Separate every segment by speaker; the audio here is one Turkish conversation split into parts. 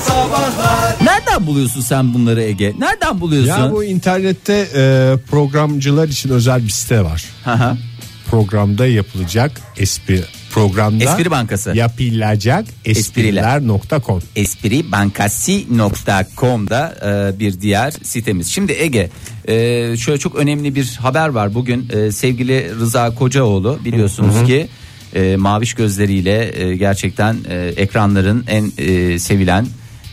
Speaker 1: sabahlar
Speaker 2: Nereden buluyorsun sen bunları Ege? Nereden buluyorsun?
Speaker 3: Ya bu internette e, programcılar için özel bir site var.
Speaker 2: Hı hı.
Speaker 3: Programda yapılacak espri programda
Speaker 2: Espri Bankası.
Speaker 3: yapılacak espriler.com.
Speaker 2: espribankasi.com'da e, bir diğer sitemiz. Şimdi Ege e, şöyle çok önemli bir haber var bugün E, sevgili Rıza Kocaoğlu biliyorsunuz ki e, maviş gözleriyle e, gerçekten e, ekranların en e, sevilen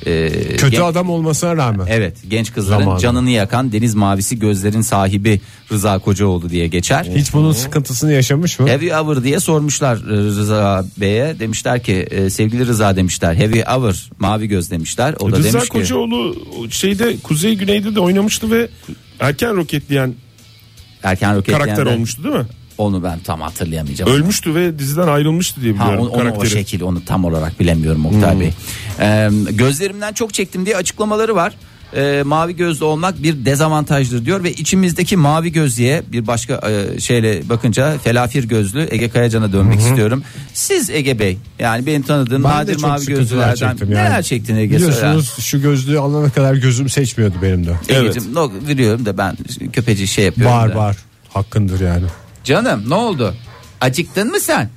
Speaker 2: e,
Speaker 3: Kötü
Speaker 2: gen-
Speaker 3: adam olmasına rağmen.
Speaker 2: Evet genç kızların
Speaker 3: Zamanı.
Speaker 2: canını yakan deniz mavisi gözlerin sahibi Rıza Kocaoğlu diye geçer.
Speaker 3: Hiç bunun sıkıntısını yaşamış mı?
Speaker 2: Heavy Hour diye sormuşlar e, Rıza Bey'e. Demişler ki e, sevgili Rıza demişler. Heavy Hour mavi göz demişler. O da
Speaker 1: Rıza
Speaker 2: demiş ki
Speaker 1: Kocaoğlu şeyde Kuzey Güney'de de oynamıştı ve erken roketleyen
Speaker 2: erken roketleyen
Speaker 1: karakter
Speaker 2: de-
Speaker 1: olmuştu değil mi?
Speaker 2: Onu ben tam hatırlayamayacağım.
Speaker 1: Ölmüştü ve diziden ayrılmıştı diye
Speaker 2: Ha,
Speaker 1: biliyorum
Speaker 2: onu, onu o şey-
Speaker 1: karakteri.
Speaker 2: şekil onu tam olarak bilemiyorum Oktay
Speaker 3: Hmm.
Speaker 2: Bey. E, gözlerimden çok çektim diye açıklamaları var. E, mavi gözlü olmak bir dezavantajdır diyor ve içimizdeki mavi gözlüye bir başka e, şeyle bakınca felafir gözlü Ege Kayacan'a dönmek istiyorum. Siz Ege Bey yani benim tanıdığım
Speaker 3: Ben de
Speaker 2: nadir
Speaker 3: çok
Speaker 2: mavi
Speaker 3: sıkıntılar
Speaker 2: gözlülerden
Speaker 3: çektim yani.
Speaker 2: neler çektin Ege? Söyle.
Speaker 3: Biliyorsunuz şu gözlüğü alana kadar gözüm seçmiyordu benim de.
Speaker 1: Evet.
Speaker 2: Egeciğim no, biliyorum da ben köpeci şey yapıyorum.
Speaker 3: Var
Speaker 2: da.
Speaker 3: var. Hakkındır yani.
Speaker 2: Canım ne oldu? Acıktın mı sen?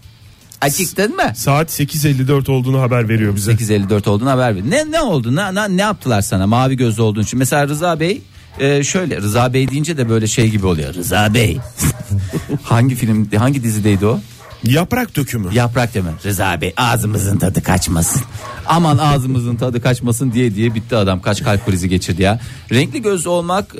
Speaker 2: Acıktın mı?
Speaker 1: Saat 8.54 olduğunu haber veriyor bize.
Speaker 2: 854 olduğunu haber ver. Ne ne oldu? Ne, ne, ne yaptılar sana? Mavi gözlü olduğun için. Mesela Rıza Bey e, şöyle Rıza Bey deyince de böyle şey gibi oluyor. Rıza Bey. hangi film hangi dizideydi o?
Speaker 1: Yaprak dökümü.
Speaker 2: Yaprak deme. Rıza Bey ağzımızın tadı kaçmasın. Aman ağzımızın tadı kaçmasın diye diye bitti adam. Kaç kalp krizi geçirdi ya. Renkli gözlü olmak e,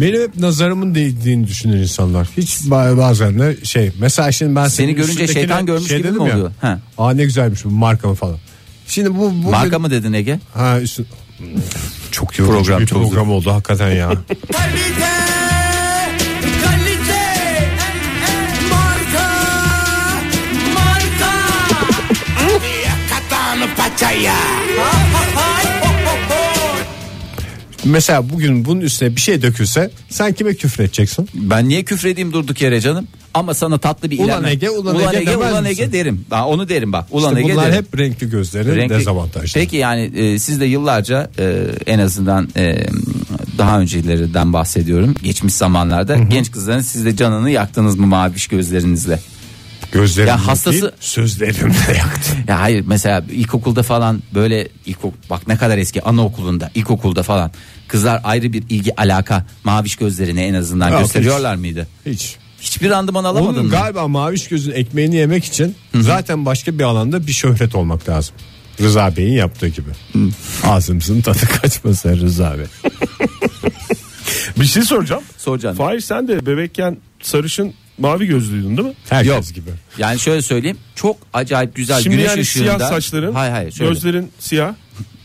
Speaker 3: Benim hep nazarımın değdiğini düşünür insanlar. Hiç ba- bazen de şey mesela şimdi ben
Speaker 2: Seni
Speaker 3: senin
Speaker 2: görünce
Speaker 3: üstündekine şey
Speaker 2: şeytan görmüş gibi
Speaker 3: dedim
Speaker 2: mi
Speaker 3: ya,
Speaker 2: oluyor? Ha.
Speaker 3: Aa ne güzelmiş bu marka mı falan. Şimdi bu, bu
Speaker 2: marka mı dedin Ege?
Speaker 3: Ha üstün- Çok yorucu
Speaker 2: Program
Speaker 3: bir
Speaker 2: çok
Speaker 3: program oldu hakikaten ya.
Speaker 4: Kalite, kalite, marka, marka. Yakatan paçaya.
Speaker 3: mesela bugün bunun üstüne bir şey dökülse sen kime küfür edeceksin?
Speaker 2: Ben niye küfredeyim durduk yere canım? Ama sana tatlı bir
Speaker 3: Ulan
Speaker 2: ilan.
Speaker 3: Ege, ulan Ege demez
Speaker 2: ulan
Speaker 3: misin?
Speaker 2: Ege derim. Ha, onu derim bak. Ulan
Speaker 3: İşte
Speaker 2: Ege
Speaker 3: bunlar
Speaker 2: derim.
Speaker 3: hep renkli gözlerin
Speaker 2: Renkli-
Speaker 3: dezavantajları.
Speaker 2: Peki yani e, siz de yıllarca e, en azından e, daha öncelerden bahsediyorum. Geçmiş zamanlarda genç kızların siz de canını yaktınız mı maviş gözlerinizle?
Speaker 3: Gözlerim
Speaker 2: Ya hastası-
Speaker 3: değil, sözlerimle yaktım.
Speaker 2: Ya hayır mesela ilkokulda falan böyle ilkok bak ne kadar eski anaokulunda ilkokulda falan kızlar ayrı bir ilgi alaka maviş gözlerine en azından
Speaker 3: Yok,
Speaker 2: gösteriyorlar mıydı?
Speaker 3: Hiç.
Speaker 2: Hiçbir randıman alamadın
Speaker 3: Onun
Speaker 2: mı?
Speaker 3: galiba maviş gözün ekmeğini yemek için zaten başka bir alanda bir şöhret olmak lazım. Rıza Bey'in yaptığı gibi. Ağzımızın tadı kaçmasın Rıza Bey.
Speaker 1: Bir şey soracağım.
Speaker 2: Sor canım.
Speaker 1: Fahir sen de bebekken sarışın mavi gözlüydün değil mi?
Speaker 3: Herkes
Speaker 2: Yok.
Speaker 3: gibi.
Speaker 2: Yani şöyle söyleyeyim çok acayip güzel
Speaker 1: Şimdi
Speaker 2: güneş
Speaker 1: yani
Speaker 2: ışığında.
Speaker 1: siyah saçların,
Speaker 2: Hayır hayır şöyle.
Speaker 1: gözlerin siyah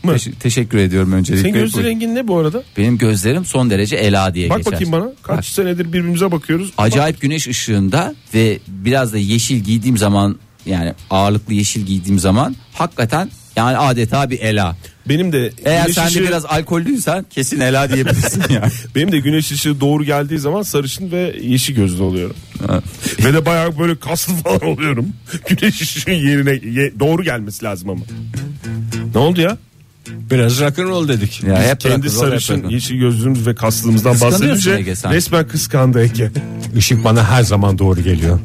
Speaker 1: mı?
Speaker 2: Teş- teşekkür ediyorum öncelikle.
Speaker 1: Senin göz rengin ne bu arada?
Speaker 2: Benim gözlerim son derece ela diye
Speaker 1: Bak
Speaker 2: geçer.
Speaker 1: bakayım bana. Kaç
Speaker 2: Bak,
Speaker 1: senedir birbirimize bakıyoruz.
Speaker 2: acayip güneş ışığında ve biraz da yeşil giydiğim zaman yani ağırlıklı yeşil giydiğim zaman hakikaten yani adeta bir ela.
Speaker 1: Benim de
Speaker 2: Eğer
Speaker 1: güneş
Speaker 2: sen
Speaker 1: ışığı-
Speaker 2: de biraz alkollüysen kesin ela diyebilirsin yani.
Speaker 1: benim de güneş ışığı doğru geldiği zaman sarışın ve yeşil gözlü oluyorum. ve de bayağı böyle kaslı falan oluyorum. Güneş ışığı yerine ye- doğru gelmesi lazım ama. Ne oldu ya?
Speaker 3: Biraz rock'n'roll dedik.
Speaker 2: Ya hep
Speaker 1: Kendi
Speaker 2: rock'n'roll, hep
Speaker 1: sarışın
Speaker 2: rock'n'roll.
Speaker 1: yeşil gözlüğümüz ve kaslığımızdan
Speaker 2: Kıskanıyorsun
Speaker 1: bahsedince
Speaker 2: Ege sen.
Speaker 1: resmen kıskandı Ege.
Speaker 3: Işık bana her zaman doğru geliyor.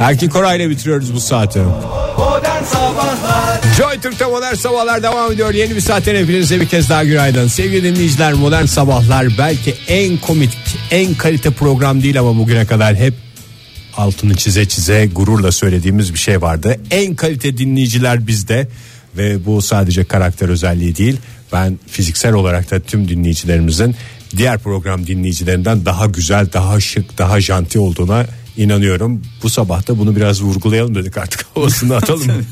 Speaker 3: Erkin Koray'la bitiriyoruz bu saati.
Speaker 4: Modern Sabahlar
Speaker 3: Joy Türk'te modern sabahlar devam ediyor. Yeni bir saatten hepinize bir kez daha günaydın. Sevgili dinleyiciler modern sabahlar belki en komik, en kalite program değil ama bugüne kadar hep altını çize çize gururla söylediğimiz bir şey vardı. En kalite dinleyiciler bizde ve bu sadece karakter özelliği değil. Ben fiziksel olarak da tüm dinleyicilerimizin diğer program dinleyicilerinden daha güzel, daha şık, daha janti olduğuna inanıyorum. Bu sabah da bunu biraz vurgulayalım dedik artık havasını atalım.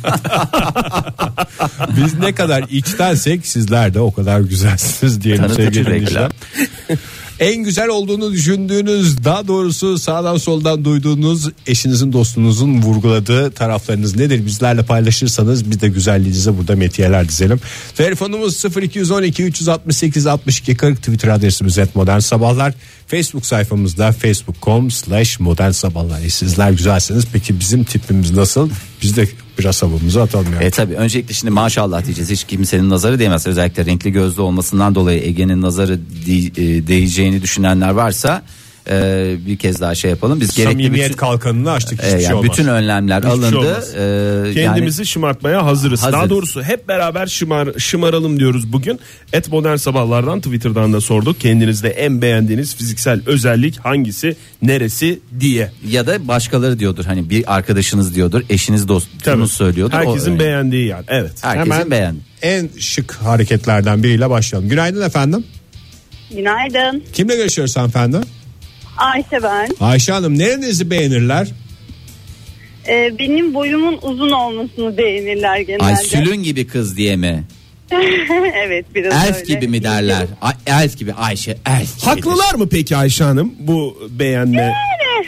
Speaker 3: Biz ne kadar içtensek sizler de o kadar güzelsiniz diyelim
Speaker 2: Tanıtıcı
Speaker 3: sevgili
Speaker 2: reklam.
Speaker 3: dinleyiciler. En güzel olduğunu düşündüğünüz daha doğrusu sağdan soldan duyduğunuz eşinizin dostunuzun vurguladığı taraflarınız nedir? Bizlerle paylaşırsanız biz de güzelliğinize burada metiyeler dizelim. Telefonumuz 0212 368 62 40 Twitter adresimiz et modern sabahlar. Facebook sayfamızda facebook.com slash modern sabahlar. E sizler güzelsiniz peki bizim tipimiz nasıl? Biz de biraz havamızı atalım ya.
Speaker 2: E tabi öncelikle şimdi maşallah diyeceğiz. Hiç kimsenin nazarı değmez. Özellikle renkli gözlü olmasından dolayı Ege'nin nazarı di- e, değeceğini düşünenler varsa e, bir kez daha şey yapalım. Biz gerekli
Speaker 3: Samimiyet
Speaker 2: bütün,
Speaker 3: kalkanını açtık
Speaker 2: e,
Speaker 3: hiçbir
Speaker 2: yani
Speaker 3: şey olmaz.
Speaker 2: bütün önlemler
Speaker 1: şey
Speaker 2: alındı.
Speaker 1: olmaz.
Speaker 2: E, yani-
Speaker 1: Kendimizi şımartmaya hazırız. Daha
Speaker 2: Hazırız.
Speaker 1: doğrusu hep beraber şımar, şımaralım diyoruz bugün. Et modern sabahlardan Twitter'dan da sorduk. Kendinizde en beğendiğiniz fiziksel özellik hangisi, neresi diye.
Speaker 2: ya da başkaları diyordur hani bir arkadaşınız diyordur eşiniz
Speaker 1: Tabii.
Speaker 2: dostunuz söylüyordur. O
Speaker 1: Herkesin
Speaker 2: öyle.
Speaker 1: beğendiği yani. Evet.
Speaker 2: Herkesin
Speaker 3: Hemen-
Speaker 2: beğen.
Speaker 3: En şık hareketlerden biriyle başlayalım. Günaydın efendim.
Speaker 5: Günaydın.
Speaker 3: Kimle görüşüyoruz hanımefendi?
Speaker 5: Ayşe ben.
Speaker 3: Ayşe Hanım nerenizi beğenirler?
Speaker 5: Ee, benim boyumun uzun olmasını beğenirler genelde.
Speaker 2: Ay sülün gibi kız diye mi?
Speaker 5: evet biraz öyle.
Speaker 2: Elf gibi mi derler? Ay, elf gibi Ayşe elf. gibi.
Speaker 1: Haklılar mı peki Ayşe Hanım bu beğenme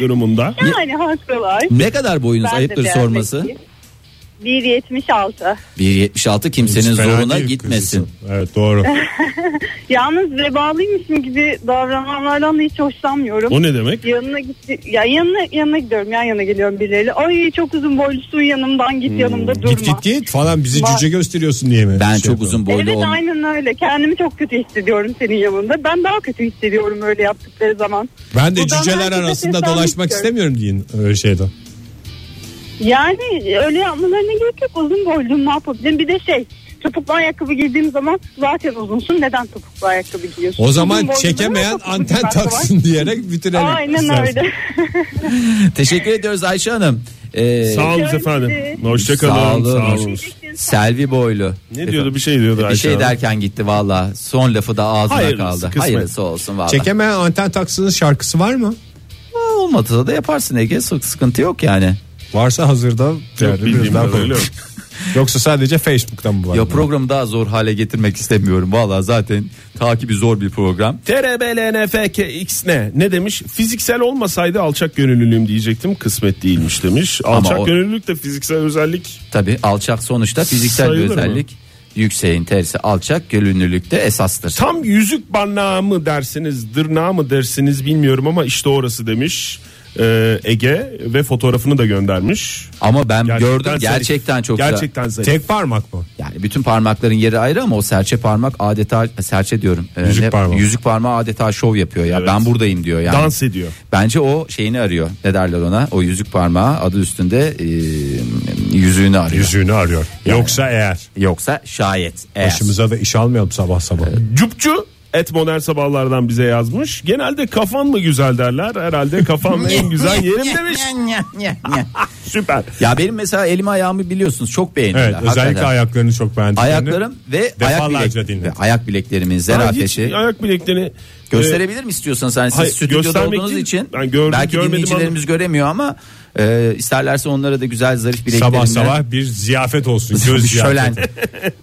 Speaker 1: durumunda?
Speaker 5: Yani haklılar.
Speaker 2: Ne kadar boyunuz
Speaker 5: Ben de
Speaker 2: ayıptır
Speaker 5: beğenmedim.
Speaker 2: sorması.
Speaker 5: 1.76.
Speaker 2: 1.76 kimsenin
Speaker 3: Hiç fena
Speaker 2: zoruna
Speaker 3: değil
Speaker 2: gitmesin.
Speaker 3: kızısı. Evet doğru.
Speaker 5: Yalnız vebalıymışım gibi davrananlardan da hiç hoşlanmıyorum.
Speaker 1: O ne demek?
Speaker 5: Yanına gitti ya yanına yanına gidiyorum yan yana geliyorum birileriyle. Ay çok uzun boylusun yanımdan
Speaker 2: Hmm,
Speaker 5: git yanımda durma.
Speaker 3: git git git falan bizi
Speaker 5: Var.
Speaker 3: cüce gösteriyorsun diye mi?
Speaker 2: Ben
Speaker 3: Şey
Speaker 2: çok
Speaker 3: yapalım.
Speaker 2: uzun boylu
Speaker 5: Evet
Speaker 2: ol-
Speaker 5: aynen öyle. Kendimi çok kötü hissediyorum senin yanında. Ben daha kötü hissediyorum öyle yaptıkları zaman.
Speaker 3: Ben de
Speaker 5: Buradan
Speaker 3: cüceler
Speaker 5: herkese şey.
Speaker 3: arasında
Speaker 5: seslenmek
Speaker 3: dolaşmak
Speaker 5: istiyorum.
Speaker 3: istemiyorum deyin öyle şeyden.
Speaker 5: Yani öyle yapmalarına gerek yok. Uzun boyluyum ne yapabilirim? Bir de şey topuklu ayakkabı giydiğim zaman zaten uzunsun. Neden topuklu ayakkabı giyiyorsun?
Speaker 3: O
Speaker 5: Uzun
Speaker 3: zaman
Speaker 5: boylulara
Speaker 3: çekemeyen
Speaker 5: topuklu
Speaker 3: anten
Speaker 5: ayakkabı var.
Speaker 3: taksın diyerek bitirelim.
Speaker 5: Aynen öyle.
Speaker 2: Teşekkür ediyoruz Ayşe Hanım. Ee,
Speaker 1: Sağ olun
Speaker 5: Görüşürüz.
Speaker 1: efendim. Hoşçakalın.
Speaker 2: Sağ
Speaker 1: Sağ
Speaker 2: olun.
Speaker 1: olun.
Speaker 2: Selvi Boylu.
Speaker 1: Ne diyordu bir şey diyordu
Speaker 2: Bir
Speaker 1: Ayşe
Speaker 2: şey
Speaker 1: Hanım.
Speaker 2: derken gitti valla. Son lafı da ağzına
Speaker 1: Hayırlısı,
Speaker 2: kaldı.
Speaker 1: kısmet.
Speaker 2: Hayırlısı olsun valla.
Speaker 3: Çekemeyen anten taksının şarkısı var mı?
Speaker 2: Aa, Olmadı da yaparsın Ege. Sık sıkıntı yok yani.
Speaker 3: Varsa hazırda
Speaker 1: Yok, bildiğim kadarıyla yok.
Speaker 3: Yoksa sadece Facebook'tan mı var?
Speaker 2: Ya programı daha zor hale getirmek istemiyorum. Valla zaten takibi zor bir program.
Speaker 1: TRBLNFKX ne? Ne demiş? Fiziksel olmasaydı alçak gönüllülüğüm diyecektim. Kısmet değilmiş demiş. Alçak
Speaker 2: o-
Speaker 1: gönüllülük de fiziksel özellik.
Speaker 2: Tabi alçak sonuçta fiziksel bir
Speaker 1: Sayılır mı?
Speaker 2: özellik. Yükseğin tersi alçak gönüllülükte esastır.
Speaker 1: Tam yüzük barnağı mı dersiniz, dırnağı mı dersiniz bilmiyorum ama işte orası demiş. Ee, Ege ve fotoğrafını da göndermiş.
Speaker 2: Ama ben gördüm
Speaker 1: zarif.
Speaker 2: gerçekten çok güzel.
Speaker 1: Gerçekten zarif.
Speaker 3: Tek parmak mı?
Speaker 2: Yani bütün parmakların yeri ayrı ama o serçe parmak adeta serçe diyorum. Ee,
Speaker 3: Yüzük parmağı.
Speaker 2: Yüzük parmağı adeta şov yapıyor ya.
Speaker 1: Evet.
Speaker 2: Ben buradayım diyor yani.
Speaker 1: Dans ediyor.
Speaker 2: Bence o şeyini arıyor. Ne derler ona? O yüzük parmağı adı üstünde e, yüzüğünü arıyor.
Speaker 3: Yüzüğünü arıyor. Yoksa eğer.
Speaker 2: Yoksa şayet. Eğer.
Speaker 3: Başımıza da iş almayalım sabah sabah.
Speaker 1: Cupçu et modern sabahlardan bize yazmış. Genelde kafan mı güzel derler. Herhalde kafam en güzel yerim demiş. Süper.
Speaker 2: ya benim mesela elimi ayağımı biliyorsunuz çok beğenirler.
Speaker 3: Evet özellikle
Speaker 2: Hakikaten.
Speaker 3: ayaklarını çok beğendim.
Speaker 2: ayaklarım ve ayak,
Speaker 3: defalarca
Speaker 2: bilek,
Speaker 3: dinledim.
Speaker 2: ve ayak bileklerimi
Speaker 1: Ha, hiç
Speaker 2: zerafeti
Speaker 1: ayak bileklerini e,
Speaker 2: gösterebilirim istiyorsanız hani siz
Speaker 1: hayır,
Speaker 2: stüdyoda
Speaker 1: göstermek
Speaker 2: olduğunuz
Speaker 1: değil.
Speaker 2: için
Speaker 1: Ben gördüm,
Speaker 2: belki
Speaker 1: görmedim
Speaker 2: dinleyicilerimiz göremiyor ama e, isterlerse onlara da güzel zarif bileklerimle
Speaker 3: Sabah sabah bir ziyafet olsun.
Speaker 2: bir
Speaker 3: Göz
Speaker 2: şölen.
Speaker 3: ziyafeti.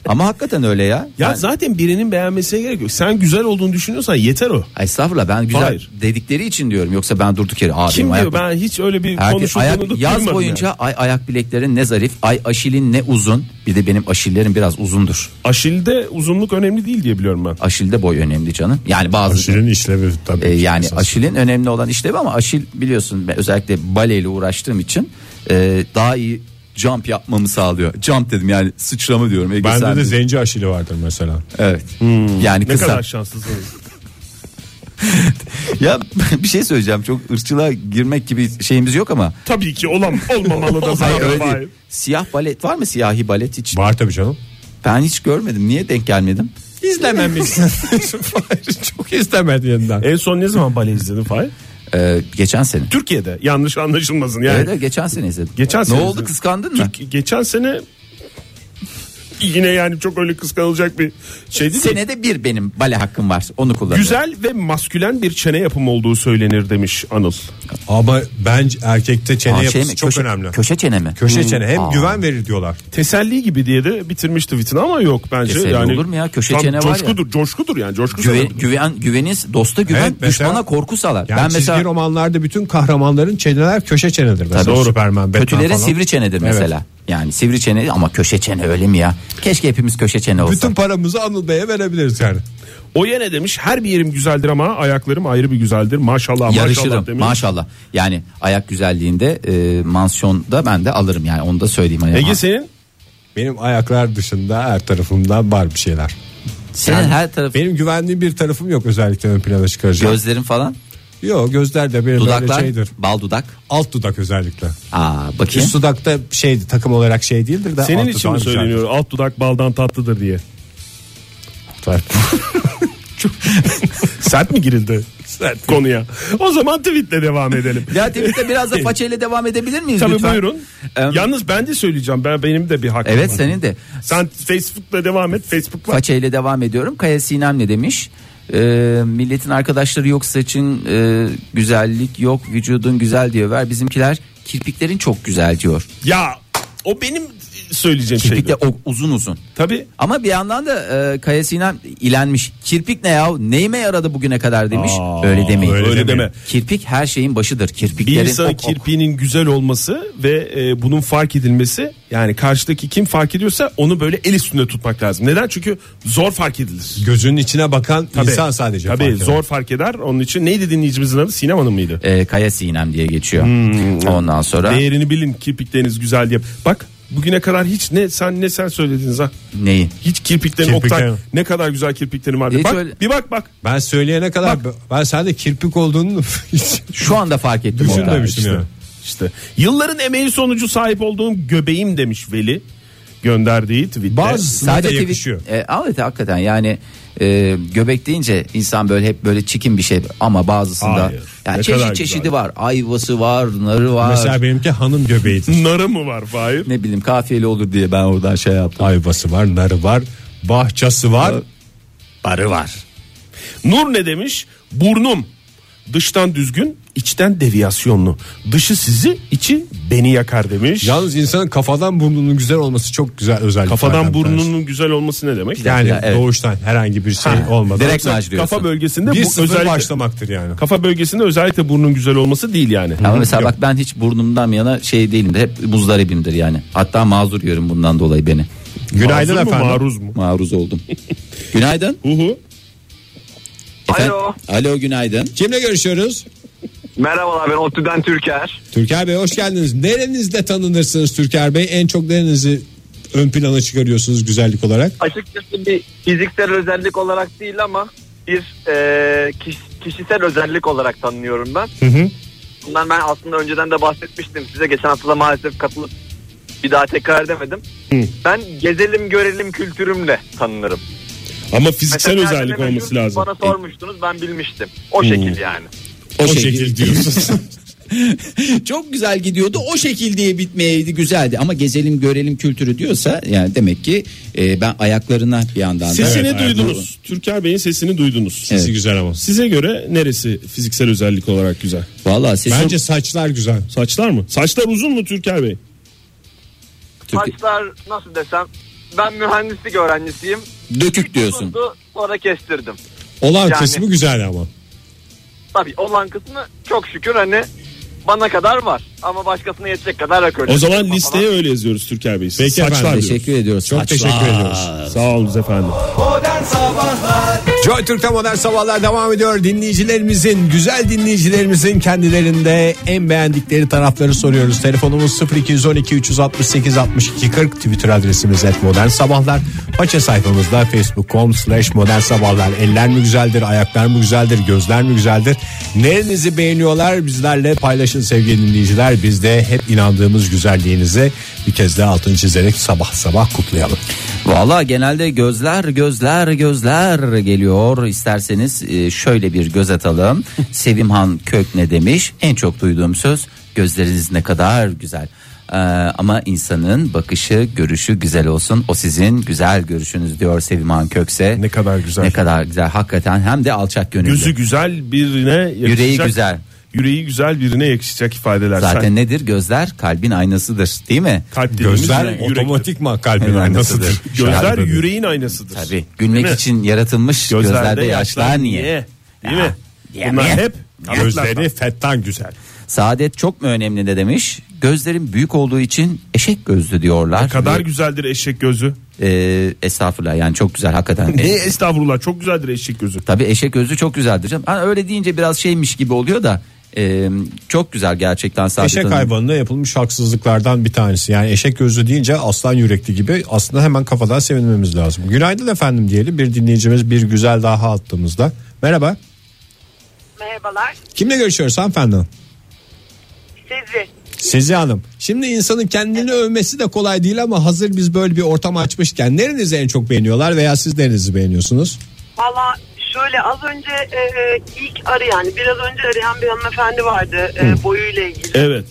Speaker 2: ama hakikaten öyle ya.
Speaker 1: e, Ya
Speaker 2: Yani-
Speaker 1: zaten birinin beğenmesine gerek yok. Sen güzel olduğunu düşünüyorsan yeter o.
Speaker 2: Ay Estağfurullah ben güzel
Speaker 1: Hayır.
Speaker 2: dedikleri için diyorum yoksa ben durduk yere abi
Speaker 1: Kim
Speaker 2: ayak,
Speaker 1: diyor ben hiç öyle bir
Speaker 2: Herkes-
Speaker 1: konuşulduğunu
Speaker 2: ayak-
Speaker 1: da duymadım.
Speaker 2: yaz boyunca
Speaker 1: yani.
Speaker 2: ay ayak bileklerin ne zarif ay aşilin ne uzun bir de benim aşillerim biraz uzundur
Speaker 1: Aşilde uzunluk önemli değil diye biliyorum ben.
Speaker 2: aşilde boy önemli canım yani bazı
Speaker 3: Aşilin işlevi tabii.
Speaker 2: E,
Speaker 3: ki
Speaker 2: yani
Speaker 3: esas.
Speaker 2: aşilin önemli olan işlevi ama aşil biliyorsun ben özellikle baleyle uğraştığım için e, daha iyi jump yapmamı sağlıyor jump dedim yani sıçrama diyorum Ege, sen
Speaker 3: Bende de
Speaker 2: de-
Speaker 3: zenci aşili vardır mesela.
Speaker 2: evet yani
Speaker 1: Ne
Speaker 2: kısa
Speaker 1: kadar şanslısınız.
Speaker 2: ya bir şey söyleyeceğim çok ırkçılığa girmek gibi şeyimiz yok ama
Speaker 1: Tabii ki olam olmamalı da
Speaker 2: Hayır,
Speaker 1: zaten.
Speaker 2: öyle
Speaker 1: Hayır.
Speaker 2: değil. Siyah balet var mı siyahi balet hiç?
Speaker 3: Var tabii canım.
Speaker 2: Ben hiç görmedim. Niye denk gelmedim?
Speaker 3: İzlememişsin. çok istemedi yeniden.
Speaker 1: En son ne zaman bale izledin Fahir?
Speaker 2: Ee, geçen sene.
Speaker 1: Türkiye'de yanlış anlaşılmasın yani.
Speaker 2: Evet, evet, geçen sene izledim.
Speaker 1: Geçen
Speaker 2: ne
Speaker 1: sene
Speaker 2: oldu
Speaker 1: izledim.
Speaker 2: kıskandın mı?
Speaker 1: Türk- geçen sene yine yani çok öyle kıskanılacak bir şey değil.
Speaker 2: Senede bir benim bale hakkım var. Onu kullanıyorum.
Speaker 1: Güzel ve maskülen bir çene yapımı olduğu söylenir demiş Anıl.
Speaker 3: Ama bence erkekte çene
Speaker 2: Aa, şey
Speaker 3: yapısı
Speaker 2: mi?
Speaker 3: çok
Speaker 2: Köşe-
Speaker 3: önemli. Köşe,
Speaker 2: Köşe çene mi? Hmm.
Speaker 3: çene hem
Speaker 2: Aa.
Speaker 3: güven verir diyorlar.
Speaker 1: Teselli gibi diye de bitirmiş tweetini ama yok bence.
Speaker 2: Teselli
Speaker 1: yani
Speaker 2: olur mu ya? Köşe
Speaker 1: tam
Speaker 2: çene var ya.
Speaker 1: coşkudur, Coşkudur yani coşku
Speaker 2: Güven,
Speaker 1: sanırım.
Speaker 2: güven, güveniz, dosta güven,
Speaker 3: Evet, mesela-
Speaker 2: düşmana korku salar.
Speaker 3: Yani
Speaker 2: ben
Speaker 3: çizgi
Speaker 2: mesela
Speaker 3: romanlarda bütün kahramanların çeneler köşe çenedir. Mesela
Speaker 2: Tabii.
Speaker 3: Superman, Batman
Speaker 2: kötülerin
Speaker 3: falan.
Speaker 2: sivri çenedir mesela.
Speaker 3: Evet.
Speaker 2: Yani sivri çene ama köşe çene öyle mi ya? Keşke hepimiz köşe çene olsa.
Speaker 3: Bütün paramızı Anıl Bey'e verebiliriz yani.
Speaker 1: O yine demiş her bir yerim güzeldir ama ayaklarım ayrı bir güzeldir. Maşallah maşallah
Speaker 2: Yarışırım
Speaker 1: demiş.
Speaker 2: maşallah. Yani ayak güzelliğinde e, mansiyonda ben de alırım yani onu da söyleyeyim. Hani ayağıma.
Speaker 1: Ege senin
Speaker 3: Benim ayaklar dışında her tarafımda var bir şeyler.
Speaker 2: Senin her tarafı
Speaker 3: Benim güvendiğim bir tarafım yok özellikle ön plana çıkaracağım.
Speaker 2: gözlerin falan
Speaker 3: Yok gözler de benim
Speaker 2: dudaklar
Speaker 3: öyle şeydir.
Speaker 2: bal dudak.
Speaker 3: Alt dudak özellikle.
Speaker 2: Aa bakayım.
Speaker 3: Üst dudakta şey takım olarak şey değildir de
Speaker 1: senin
Speaker 3: alt
Speaker 1: için
Speaker 3: dudağın
Speaker 1: mi söyleniyor? Alt dudak baldan tatlıdır diye.
Speaker 3: güzeldir.
Speaker 1: Sert mi girildi? Sert konuya. O zaman tweetle devam edelim.
Speaker 2: Ya tweette biraz da façeyle devam edebilir miyiz
Speaker 1: Tabii
Speaker 2: lütfen?
Speaker 1: buyurun.
Speaker 2: Ee,
Speaker 1: Yalnız ben de söyleyeceğim. Ben benim de bir hakkım
Speaker 2: Evet
Speaker 1: var.
Speaker 2: senin de.
Speaker 1: Sen Facebook'la devam et. Facebook var.
Speaker 2: Façeyle devam ediyorum. Kaya Sinem ne demiş? Ee, milletin arkadaşları yok saçın e, güzellik yok vücudun güzel diyor. Ver bizimkiler kirpiklerin çok güzel diyor.
Speaker 1: Ya o benim söyleyeceğim şey.
Speaker 2: Kirpikler o, uzun uzun.
Speaker 1: Tabii.
Speaker 2: Ama bir yandan da e, Kaya Sinem ilenmiş. Kirpik ne ya? Neyime yaradı bugüne kadar demiş.
Speaker 1: Aa,
Speaker 2: öyle demeyin.
Speaker 1: öyle Öyle deme. deme.
Speaker 2: Kirpik her şeyin başıdır.
Speaker 1: Bir
Speaker 2: Kirpiklerin
Speaker 1: insanın
Speaker 2: ok, ok.
Speaker 1: kirpiğinin güzel olması ve e, bunun fark edilmesi yani karşıdaki kim fark ediyorsa onu böyle el üstünde tutmak lazım. Neden? Çünkü zor fark edilir.
Speaker 3: Gözünün içine bakan
Speaker 1: Tabii.
Speaker 3: insan sadece.
Speaker 1: Tabii
Speaker 3: fark eder.
Speaker 1: zor fark eder. Onun için neydi dinleyicimizin adı? Sinem Hanım mıydı?
Speaker 2: E, Kaya Sinem diye geçiyor.
Speaker 1: Hmm.
Speaker 2: Ondan sonra
Speaker 1: Değerini bilin kirpikleriniz güzel diye. Bak bugüne kadar hiç ne sen ne sen söylediniz ha.
Speaker 2: neyi?
Speaker 1: Hiç kirpiklerin
Speaker 3: Kirpikler.
Speaker 1: Oktay ne kadar güzel kirpiklerin var diye.
Speaker 2: Hiç
Speaker 1: Bak
Speaker 2: öyle-
Speaker 1: bir bak bak.
Speaker 3: Ben söyleyene kadar ben sende kirpik olduğunu hiç
Speaker 2: Şu anda fark ettim. Oktay.
Speaker 3: düşünmemiştim
Speaker 1: işte.
Speaker 3: yani.
Speaker 1: İşte yılların emeği sonucu sahip olduğum göbeğim demiş Veli gönderdiği tweette.
Speaker 3: Bazı- Sana da
Speaker 2: Sadece
Speaker 3: yakışıyor.
Speaker 2: tweet, e, evet hakikaten yani e, göbek deyince insan böyle hep böyle çekin bir şey ama bazısında
Speaker 1: Hayır.
Speaker 2: yani
Speaker 1: Ne kadar
Speaker 2: çeşit
Speaker 1: güzel.
Speaker 2: çeşidi var. Ayvası var, narı var.
Speaker 3: Mesela benimki hanım göbeğidir.
Speaker 1: narı mı var Fahir?
Speaker 2: ne bileyim kafiyeli olur diye ben oradan şey yaptım.
Speaker 3: Ayvası var, narı var, bahçesi var.
Speaker 2: Barı var.
Speaker 1: Nur ne demiş? Burnum dıştan düzgün, içten deviyasyonlu. Dışı sizi, içi beni yakar demiş.
Speaker 3: Yalnız insanın kafadan burnunun güzel olması çok güzel özellik.
Speaker 1: Kafadan burnunun güzel olması ne demek?
Speaker 3: yani
Speaker 2: Ya, evet.
Speaker 3: doğuştan herhangi bir şey olmadan
Speaker 2: direkt
Speaker 3: Mesela
Speaker 2: macun diyorsun.
Speaker 1: Kafa bölgesinde
Speaker 3: bir
Speaker 1: bu
Speaker 3: sıfır
Speaker 1: özellikle
Speaker 3: başlamaktır yani.
Speaker 1: kafa bölgesinde özellikle burnun güzel olması değil yani.
Speaker 2: Ama mesela bak ben hiç burnumdan yana şey değilim de hep muzdaribimdir yani. Hatta mazur görün bundan dolayı beni.
Speaker 3: Günaydın
Speaker 1: Maruz mu,
Speaker 3: efendim.
Speaker 1: Maruz mu?
Speaker 2: Maruz oldum. günaydın.
Speaker 1: Uhu.
Speaker 2: Alo. Alo günaydın.
Speaker 3: Kimle görüşüyoruz?
Speaker 6: Merhabalar ben Ottu'dan Türker.
Speaker 3: Türker Bey hoş geldiniz. Nerenizde tanınırsınız Türker Bey? En çok nerenizi ön plana çıkarıyorsunuz güzellik olarak?
Speaker 6: Açıkçası bir fiziksel özellik olarak değil ama bir e, kiş- kişisel özellik olarak tanınıyorum ben. Bundan ben aslında önceden de bahsetmiştim size. Geçen hafta da maalesef katılıp bir daha tekrar edemedim. Ben gezelim görelim kültürümle tanınırım.
Speaker 1: Ama fiziksel
Speaker 6: Mesela
Speaker 1: özellik
Speaker 6: kendime
Speaker 1: olması
Speaker 6: meşhur,
Speaker 1: lazım. E-
Speaker 6: Bana sormuştunuz ben bilmiştim. O şekil yani.
Speaker 2: O,
Speaker 3: diyorsunuz.
Speaker 2: Çok güzel gidiyordu. O şekil diye bitmeyeydi güzeldi. Ama gezelim görelim kültürü diyorsa yani demek ki e, ben ayaklarına bir yandan da.
Speaker 1: Sesini
Speaker 3: Evet,
Speaker 1: duydunuz. Türker Bey'in sesini duydunuz.
Speaker 2: Evet.
Speaker 3: Sesi güzel ama.
Speaker 1: Size göre neresi fiziksel özellik olarak güzel?
Speaker 2: Vallahi sesim
Speaker 3: Bence saçlar güzel.
Speaker 1: Saçlar mı? Saçlar uzun mu Türker Bey?
Speaker 2: Türk-
Speaker 6: Saçlar nasıl desem ben mühendislik öğrencisiyim.
Speaker 2: dökük diyorsun.
Speaker 6: Uzundu, Sonra kestirdim.
Speaker 3: Olan
Speaker 6: Yani-
Speaker 3: kısmı güzel ama.
Speaker 6: Tabii olan kısmı çok şükür hani bana kadar var. Ama başkasına yetecek kadar yok öyle.
Speaker 1: O zaman
Speaker 6: Ama
Speaker 1: listeye öyle yazıyoruz Türker Bey.
Speaker 3: Peki
Speaker 1: Saçlar
Speaker 3: efendim.
Speaker 1: diyoruz.
Speaker 2: Teşekkür ediyoruz.
Speaker 3: Çok teşekkür ediyoruz.
Speaker 1: Sağ olun efendim.
Speaker 4: Modern Sabahlar
Speaker 3: Joy Türk'te modern sabahlar devam ediyor. Dinleyicilerimizin, güzel dinleyicilerimizin kendilerinde en beğendikleri tarafları soruyoruz. Telefonumuz 0212 368 62 40. Twitter adresimiz et modern sabahlar. Paça sayfamızda facebook.com slash modern sabahlar. Eller mi güzeldir, ayaklar mı güzeldir, gözler mi güzeldir? Nerenizi beğeniyorlar bizlerle paylaşın sevgili dinleyiciler. Biz de hep inandığımız güzelliğinizi bir kez daha altını çizerek sabah sabah kutlayalım.
Speaker 2: Valla genelde gözler gözler gözler geliyor. İsterseniz e, şöyle bir göz atalım. Sevimhan Kök ne demiş? En çok duyduğum söz gözleriniz ne kadar güzel. Ee, ama insanın bakışı, görüşü güzel olsun. O sizin güzel görüşünüz diyor Sevimhan Kökse.
Speaker 1: Ne kadar güzel.
Speaker 2: Ne kadar güzel hakikaten hem de alçak gönüllü.
Speaker 1: Gözü güzel birine yakışacak.
Speaker 2: Yüreği güzel.
Speaker 1: Yüreği güzel birine yakışacak ifadeler.
Speaker 2: Zaten
Speaker 1: Sen
Speaker 2: nedir? Gözler kalbin aynasıdır değil mi?
Speaker 1: kalp dediğimiz
Speaker 3: Gözler
Speaker 1: yürek-
Speaker 3: otomatikman kalbin
Speaker 2: Evet,
Speaker 3: aynasıdır.
Speaker 2: aynasıdır.
Speaker 1: Gözler
Speaker 3: Şarkıda
Speaker 1: yüreğin aynasıdır.
Speaker 2: Tabii. Gülmek
Speaker 1: mi?
Speaker 2: için yaratılmış gözlerde, yaşlar niye?
Speaker 1: Değil mi?
Speaker 2: Ya,
Speaker 1: Bunlar
Speaker 2: niye?
Speaker 1: hep
Speaker 3: Gözleri fettan güzel.
Speaker 2: Saadet çok mu önemli ne demiş? Gözlerim büyük olduğu için eşek gözlü diyorlar.
Speaker 1: Ne kadar güzeldir eşek gözü.
Speaker 2: Ee, estağfurullah yani çok güzel hakikaten.
Speaker 1: Ne estağfurullah çok güzeldir eşek gözü.
Speaker 2: Tabii eşek özü çok güzeldir canım. Hani öyle deyince biraz şeymiş gibi oluyor da e, çok güzel gerçekten Sabit
Speaker 3: Eşek
Speaker 2: Hanım.
Speaker 3: hayvanına yapılmış haksızlıklardan bir tanesi. Yani eşek gözlü deyince aslan yürekli gibi aslında hemen kafadan sevinmemiz lazım. Günaydın efendim diyelim bir dinleyicimiz bir güzel daha attığımızda. Merhaba.
Speaker 7: Merhabalar.
Speaker 3: Kimle görüşüyoruz hanımefendi?
Speaker 7: Sizi.
Speaker 3: Sezi Hanım. Şimdi insanın kendini övmesi de kolay değil ama hazır biz böyle bir ortam açmışken nerenizi en çok beğeniyorlar veya siz nerenizi beğeniyorsunuz?
Speaker 7: Valla şöyle az önce e, ilk arayan biraz önce arayan bir hanımefendi vardı e, boyuyla ilgili.
Speaker 1: Evet.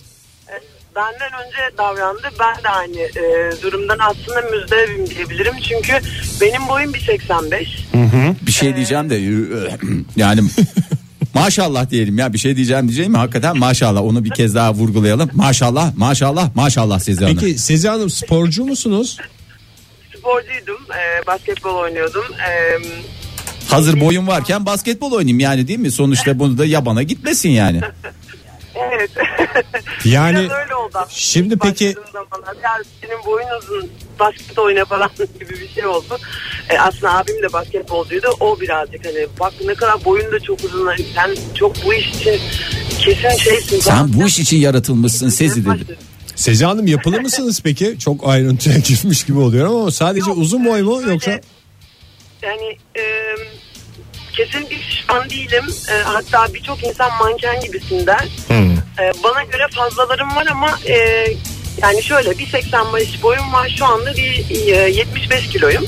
Speaker 7: E, Benden önce davrandı. Ben de aynı e, durumdan aslında müzdevim diyebilirim. Çünkü benim boyum 1.85.
Speaker 2: Bir şey diyeceğim de yani maşallah diyelim ya bir şey diyeceğim diyeceğim mi hakikaten maşallah onu bir kez daha vurgulayalım. Maşallah maşallah maşallah Sezi Hanım.
Speaker 3: Peki Sezi Hanım sporcu musunuz?
Speaker 7: Sporcuydum. E, basketbol oynuyordum. E,
Speaker 2: Hazır boyun varken basketbol oynayayım yani değil mi? Sonuçta bunu da yabana gitmesin yani.
Speaker 7: evet.
Speaker 3: Yani
Speaker 7: biraz öyle oldu. aslında.
Speaker 3: Hani şimdi
Speaker 7: İlk
Speaker 3: peki-
Speaker 7: başladığım zamanlar, ya senin boyun uzun basket oyna falan gibi bir şey oldu. E, aslında abim de basketbolcuydu. O birazcık hani bak ne kadar boyun da çok uzun. Hani sen çok bu iş için kesin şeysin.
Speaker 2: Sen bu iş için yaratılmışsın Sezi dedi.
Speaker 3: Sezi Hanım yapılı mısınız peki? Çok ayrıntıya girmiş gibi oluyor ama sadece
Speaker 7: Yok,
Speaker 3: uzun boy mu
Speaker 7: şöyle,
Speaker 3: yoksa?
Speaker 7: Yani e, kesin bir fan değilim. E, hatta birçok insan manken gibisinden.
Speaker 3: Hmm.
Speaker 7: E, bana göre fazlalarım var ama e, yani şöyle 1.85 boyum var şu anda bir e, 75 kiloyum.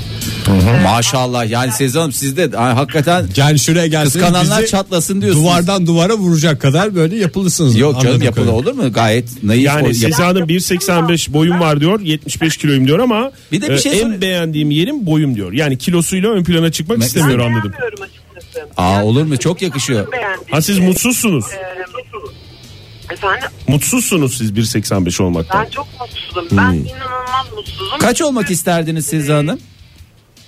Speaker 2: Maşallah yani Sezi Hanım sizde hakikaten
Speaker 3: Yani şuraya gelseniz
Speaker 2: kıskananlar
Speaker 3: bizi
Speaker 2: çatlasın diyorsunuz.
Speaker 3: duvardan duvara vuracak kadar böyle yapılısınız.
Speaker 2: Yok canım
Speaker 3: Anladım
Speaker 2: yapılı
Speaker 3: öyle.
Speaker 2: olur mu? Gayet naif.
Speaker 1: Yani
Speaker 2: boy-
Speaker 1: Sezi Hanım 1.85 boyum var diyor 75 kiloyum diyor ama
Speaker 2: Bir de bir
Speaker 1: e,
Speaker 2: şey
Speaker 1: en
Speaker 2: sorayım.
Speaker 1: beğendiğim yerim boyum diyor. Yani kilosuyla ön plana çıkmak
Speaker 2: Ben-
Speaker 1: istemiyor
Speaker 7: Ben
Speaker 1: anladım.
Speaker 7: beğenmiyorum açıkçası.
Speaker 2: Aa olur mu? Çok yakışıyor.
Speaker 7: Beğendim.
Speaker 1: Ha siz mutsuzsunuz.
Speaker 7: E, Efendim
Speaker 1: Mutsuzsunuz siz 1.85 olmaktan.
Speaker 7: ben çok mutsuzum. Ben
Speaker 3: Hmm.
Speaker 7: inanılmaz mutsuzum.
Speaker 2: Kaç olmak isterdiniz Sezi Hanım?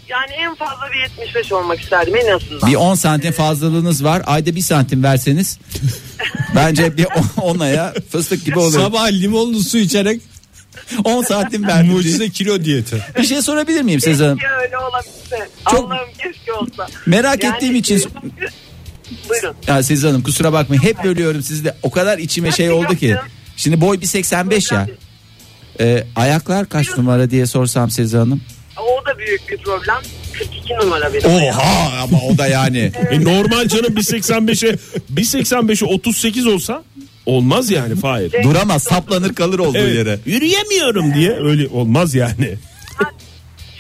Speaker 7: Yani en fazla bir 75 olmak isterdim en azından.
Speaker 2: Bir 10 santim fazlalığınız var. Ayda 1 santim verseniz bence bir on- onaya fıstık gibi olur.
Speaker 3: Sabah limonlu su içerek
Speaker 2: 10 santim verdim.
Speaker 3: mucize kilo diyeti.
Speaker 2: Bir şey sorabilir miyim Sezi Hanım?
Speaker 7: Keşke öyle olabilse.
Speaker 2: Çok-
Speaker 7: Allah'ım keşke olsa.
Speaker 2: Merak ettiğim için-
Speaker 7: Buyurun.
Speaker 2: Ya Sezi Hanım kusura bakmayın hep bölüyorum sizi de. O kadar içime şey oldu ki. Şimdi boy 1.85 ya. Ee, ayaklar kaç numara diye sorsam Sezi Hanım.
Speaker 7: O da büyük bir problem. 42 numara benim.
Speaker 2: Oha ama o da yani.
Speaker 1: E, normal canım 1.85'e 1.85'e 38 olsa olmaz yani Fahir.
Speaker 2: Duramaz saplanır kalır olduğu
Speaker 1: Evet.
Speaker 2: yere.
Speaker 1: Yürüyemiyorum diye öyle olmaz yani.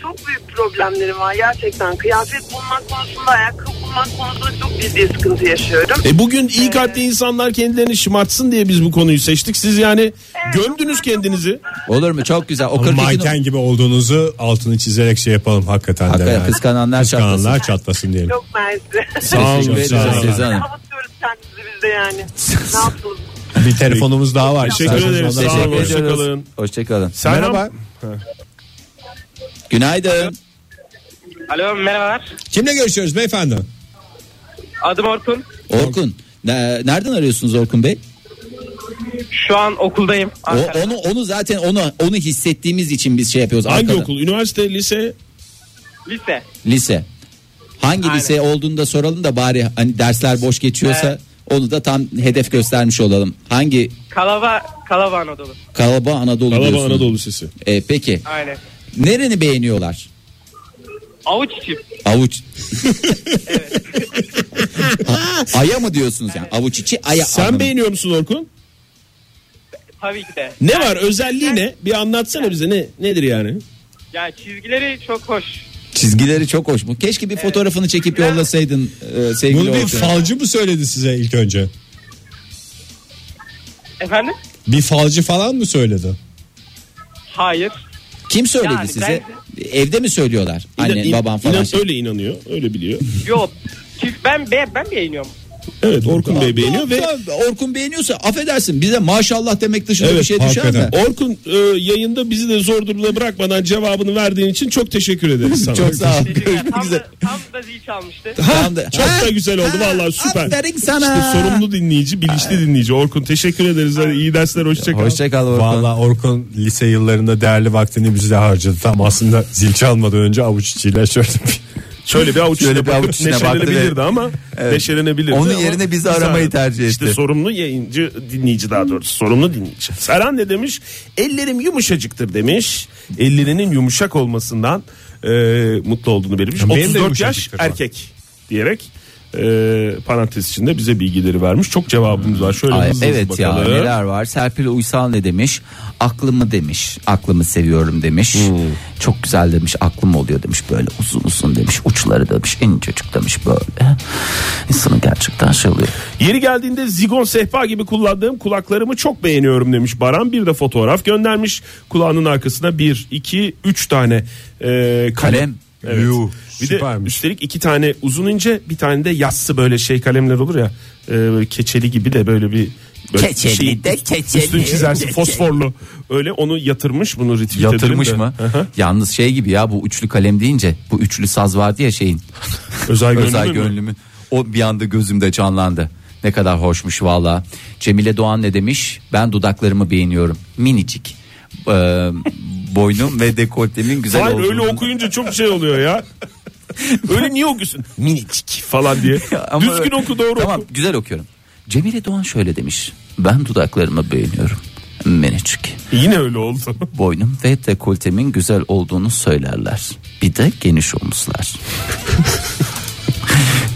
Speaker 7: Çok büyük problemlerim var gerçekten. Kıyafet bulmak konusunda, ayakkabı bulmak konusunda çok ciddi sıkıntı yaşıyorum.
Speaker 1: E bugün iyi kalpli insanlar kendilerini şımartsın diye biz bu konuyu seçtik. Siz yani gömdünüz kendinizi.
Speaker 2: Olur mu? Çok güzel. O 42 numara.
Speaker 3: Manken gibi olduğunuzu altını çizerek şey yapalım hakikaten, de.
Speaker 2: Hakikaten
Speaker 3: yani.
Speaker 2: kıskananlar
Speaker 3: Kıskananlar çatlasın diyelim.
Speaker 7: Çok mersi.
Speaker 1: Sağ olun.
Speaker 2: Teşekkür
Speaker 1: sağ
Speaker 2: ederiz
Speaker 1: olun.
Speaker 2: Sezi Hanım.
Speaker 7: Kapatıyoruz kendimizi biz de yani. ne yapalım?
Speaker 3: Bir telefonumuz daha var.
Speaker 1: Teşekkür
Speaker 3: İsterseniz
Speaker 1: ederiz.
Speaker 3: ondan
Speaker 1: Sağ olun.
Speaker 3: sonra-
Speaker 1: Hoşça kalın.
Speaker 2: Hoşçakalın.
Speaker 1: Serhan,
Speaker 3: Merhaba.
Speaker 2: Günaydın.
Speaker 8: Alo merhabalar.
Speaker 3: Kimle görüşüyoruz beyefendi?
Speaker 8: Adım Orkun.
Speaker 2: Orkun. ne- Nereden arıyorsunuz Orkun Bey?
Speaker 8: Şu an okuldayım.
Speaker 2: O,
Speaker 8: Ankara'da.
Speaker 2: onu onu zaten onu onu hissettiğimiz için biz şey yapıyoruz.
Speaker 1: Hangi
Speaker 2: Arkada-
Speaker 1: okul? Üniversite, lise?
Speaker 8: Lise.
Speaker 2: Lise. Hangi
Speaker 8: Aynen.
Speaker 2: lise olduğunu da soralım da bari hani dersler boş geçiyorsa
Speaker 8: Evet.
Speaker 2: onu da tam hedef göstermiş olalım. Hangi
Speaker 8: Kalava, Kalava Anadolu.
Speaker 2: Kalaba Anadolu
Speaker 1: Alaba
Speaker 2: diyorsunuz?
Speaker 1: Anadolu Lisesi.
Speaker 2: E, peki.
Speaker 8: Aynen.
Speaker 2: Nereni beğeniyorlar?
Speaker 8: Avuç içi.
Speaker 2: Avuç. A- aya mı diyorsunuz yani? Avuç içi aya.
Speaker 1: Sen
Speaker 2: anlamı.
Speaker 1: beğeniyor musun Orkun?
Speaker 8: Tabii ki de.
Speaker 1: Ne var? Özelliği ne? Bir anlatsana bize ne nedir yani?
Speaker 8: Ya çizgileri çok hoş.
Speaker 2: Çizgileri çok hoş mu? Keşke bir fotoğrafını çekip yollasaydın e, sevgili
Speaker 3: Bunu bir
Speaker 2: Orkun.
Speaker 3: falcı mı söyledi size ilk önce?
Speaker 8: Efendim?
Speaker 3: Bir falcı falan mı söyledi?
Speaker 8: Hayır.
Speaker 2: Kim söyledi
Speaker 8: Yani
Speaker 2: size? Evde mi söylüyorlar?
Speaker 1: İnan-
Speaker 2: Annen,
Speaker 1: in-
Speaker 2: baban falan.
Speaker 1: inan-
Speaker 2: şey.
Speaker 1: Öyle inanıyor, öyle biliyor.
Speaker 8: Yok. Çiz- Ben be ben beğeniyorum.
Speaker 1: Evet Orkun Bey beğeniyor ve
Speaker 2: Tamam, Orkun beğeniyorsa affedersin bize maşallah demek dışında
Speaker 1: Evet,
Speaker 2: bir şey düşer mi?
Speaker 3: hakikaten.
Speaker 1: Orkun e, yayında bizi de zor durumda bırakmadan cevabını verdiğin için çok teşekkür ederiz sana.
Speaker 2: Çok sağ ol.
Speaker 8: Dedim ya,
Speaker 2: Görüşmek
Speaker 8: tam,
Speaker 2: üzere.
Speaker 8: da, tam da zil çalmıştı.
Speaker 1: Ha,
Speaker 2: Tamam da-
Speaker 1: çok
Speaker 2: Ha,
Speaker 1: da güzel oldu
Speaker 2: ha,
Speaker 1: vallahi süper.
Speaker 2: aferin sana.
Speaker 1: İşte sorumlu dinleyici, bilinçli dinleyici Orkun teşekkür ederiz. Hadi iyi dersler hoşça kal.
Speaker 2: Hoşça kal Orkun.
Speaker 3: Valla Orkun lise yıllarında değerli vaktini bize harcadı. Tam aslında zil çalmadan önce avuç içiyle şöyle bir-
Speaker 1: Şöyle bir avuç
Speaker 2: Şöyle
Speaker 1: içine
Speaker 2: bir
Speaker 1: bakıp
Speaker 2: avuç içine baktı
Speaker 1: neşelenebilirdi
Speaker 2: ve-
Speaker 1: ama neşelenebilirdi.
Speaker 2: Onun
Speaker 1: ama
Speaker 2: yerine bizi
Speaker 1: biz
Speaker 2: aramayı
Speaker 1: aradık.
Speaker 2: tercih
Speaker 1: İşte
Speaker 2: etti.
Speaker 1: sorumlu yayıncı dinleyici daha doğrusu sorumlu dinleyici. Serhan ne demiş? Ellerim yumuşacıktır demiş. Ellerinin yumuşak olmasından e, mutlu olduğunu belirtmiş.
Speaker 3: Ya benim de
Speaker 1: 34 yaş
Speaker 3: yumuşacıktır bak.
Speaker 1: erkek diyerek e, parantez içinde bize bilgileri vermiş. Çok cevabımız var. Şöyle
Speaker 2: Ay,
Speaker 1: hızlı
Speaker 2: evet
Speaker 1: hızlı
Speaker 2: ya
Speaker 1: bakalım.
Speaker 2: neler var. Serpil Uysal ne demiş? Aklımı demiş. Aklımı seviyorum demiş. Çok güzel demiş. Aklım oluyor demiş. Böyle uzun uzun demiş. Uçları demiş. İncecik demiş böyle. İnsanı gerçekten şey oluyor.
Speaker 1: Yeri geldiğinde zigon sehpa gibi kullandığım kulaklarımı çok beğeniyorum demiş Baran. Bir de fotoğraf göndermiş. Kulağının arkasına bir, iki, üç tane e, kalem.
Speaker 2: Kalem.
Speaker 1: Evet.
Speaker 3: Yuh,
Speaker 1: bir de
Speaker 3: süpermiş.
Speaker 1: üstelik iki tane uzun ince bir tane de yassı böyle şey kalemler olur ya. e, böyle keçeli gibi de böyle bir böyle
Speaker 2: Keçeli de keçeli.
Speaker 1: Üstünü çizersin fosforlu. Öyle onu yatırmış bunu retweet edelim
Speaker 2: Yatırmış
Speaker 1: de.
Speaker 2: mı?
Speaker 1: Hı hı.
Speaker 2: Yalnız şey gibi ya bu üçlü kalem deyince bu üçlü saz vardı ya şeyin.
Speaker 1: Özay Gönlüm'ün
Speaker 2: Özay
Speaker 1: mü?
Speaker 2: Gönlüm'ün. O bir anda gözümde canlandı. Ne kadar hoşmuş valla. Cemile Doğan ne demiş? Ben dudaklarımı beğeniyorum. Minicik. Ee, boynum ve dekoltemin güzel
Speaker 1: Hayır
Speaker 2: olduğunu.
Speaker 1: öyle okuyunca çok şey oluyor ya. öyle niye okuyorsun? Minicik falan diye.
Speaker 2: Ama-
Speaker 1: Düzgün oku doğru
Speaker 2: Tamam
Speaker 1: oku.
Speaker 2: güzel okuyorum. Cemile Doğan şöyle demiş. Ben dudaklarımı beğeniyorum. Minicik.
Speaker 1: Yine öyle oldu.
Speaker 2: Boynum ve dekoltemin güzel olduğunu söylerler. Bir de geniş omuzlar.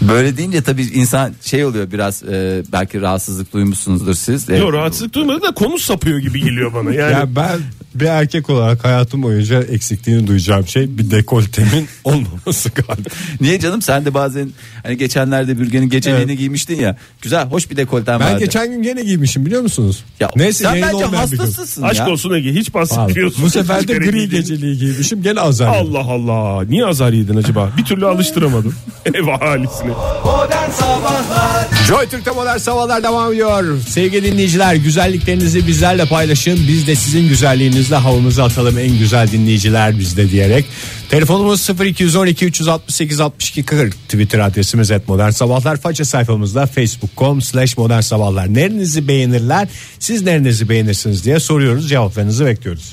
Speaker 2: Böyle deyince tabii insan şey oluyor biraz e, belki rahatsızlık duymuşsunuzdur siz. E, de.
Speaker 1: Yok rahatsızlık duymadı da konu sapıyor gibi geliyor bana. Yani
Speaker 3: Ya ben bir erkek olarak hayatım boyunca eksikliğini duyacağım şey bir dekoltemin olmaması galiba.
Speaker 2: Niye canım sen de bazen hani geçenlerde bürgenin geceliğini giymiştin ya. Güzel hoş bir dekolten
Speaker 3: Ben
Speaker 2: vardı.
Speaker 3: geçen gün gene giymişim biliyor musunuz?
Speaker 2: Ya,
Speaker 3: Neyse
Speaker 2: sen
Speaker 3: yayın
Speaker 2: bence
Speaker 3: olmayan bir gün.
Speaker 2: hastasısın
Speaker 1: aşk
Speaker 2: ya.
Speaker 1: olsun Ege hiç
Speaker 3: Abi,
Speaker 1: bahsetmiyorsun.
Speaker 3: bu sefer de
Speaker 1: Hiç kere
Speaker 3: gri
Speaker 1: giydin.
Speaker 3: geceliği giymişim gene azar. yedim.
Speaker 1: Allah Allah. Niye azar yedin acaba? Bir türlü alıştıramadım. Ev ahalisini.
Speaker 4: Modern Sabahlar
Speaker 3: Joy Türk'te modern sabahlar devam ediyor. Sevgili dinleyiciler güzelliklerinizi bizlerle paylaşın. Biz de sizin güzelliğinizle havamızı atalım en güzel dinleyiciler bizde diyerek. Telefonumuz 0212 368 62 40. Twitter adresimiz et modern sabahlar. Faça sayfamızda facebook.com slash modern sabahlar. Nerenizi beğenirler siz nerenizi beğenirsiniz diye soruyoruz cevaplarınızı bekliyoruz.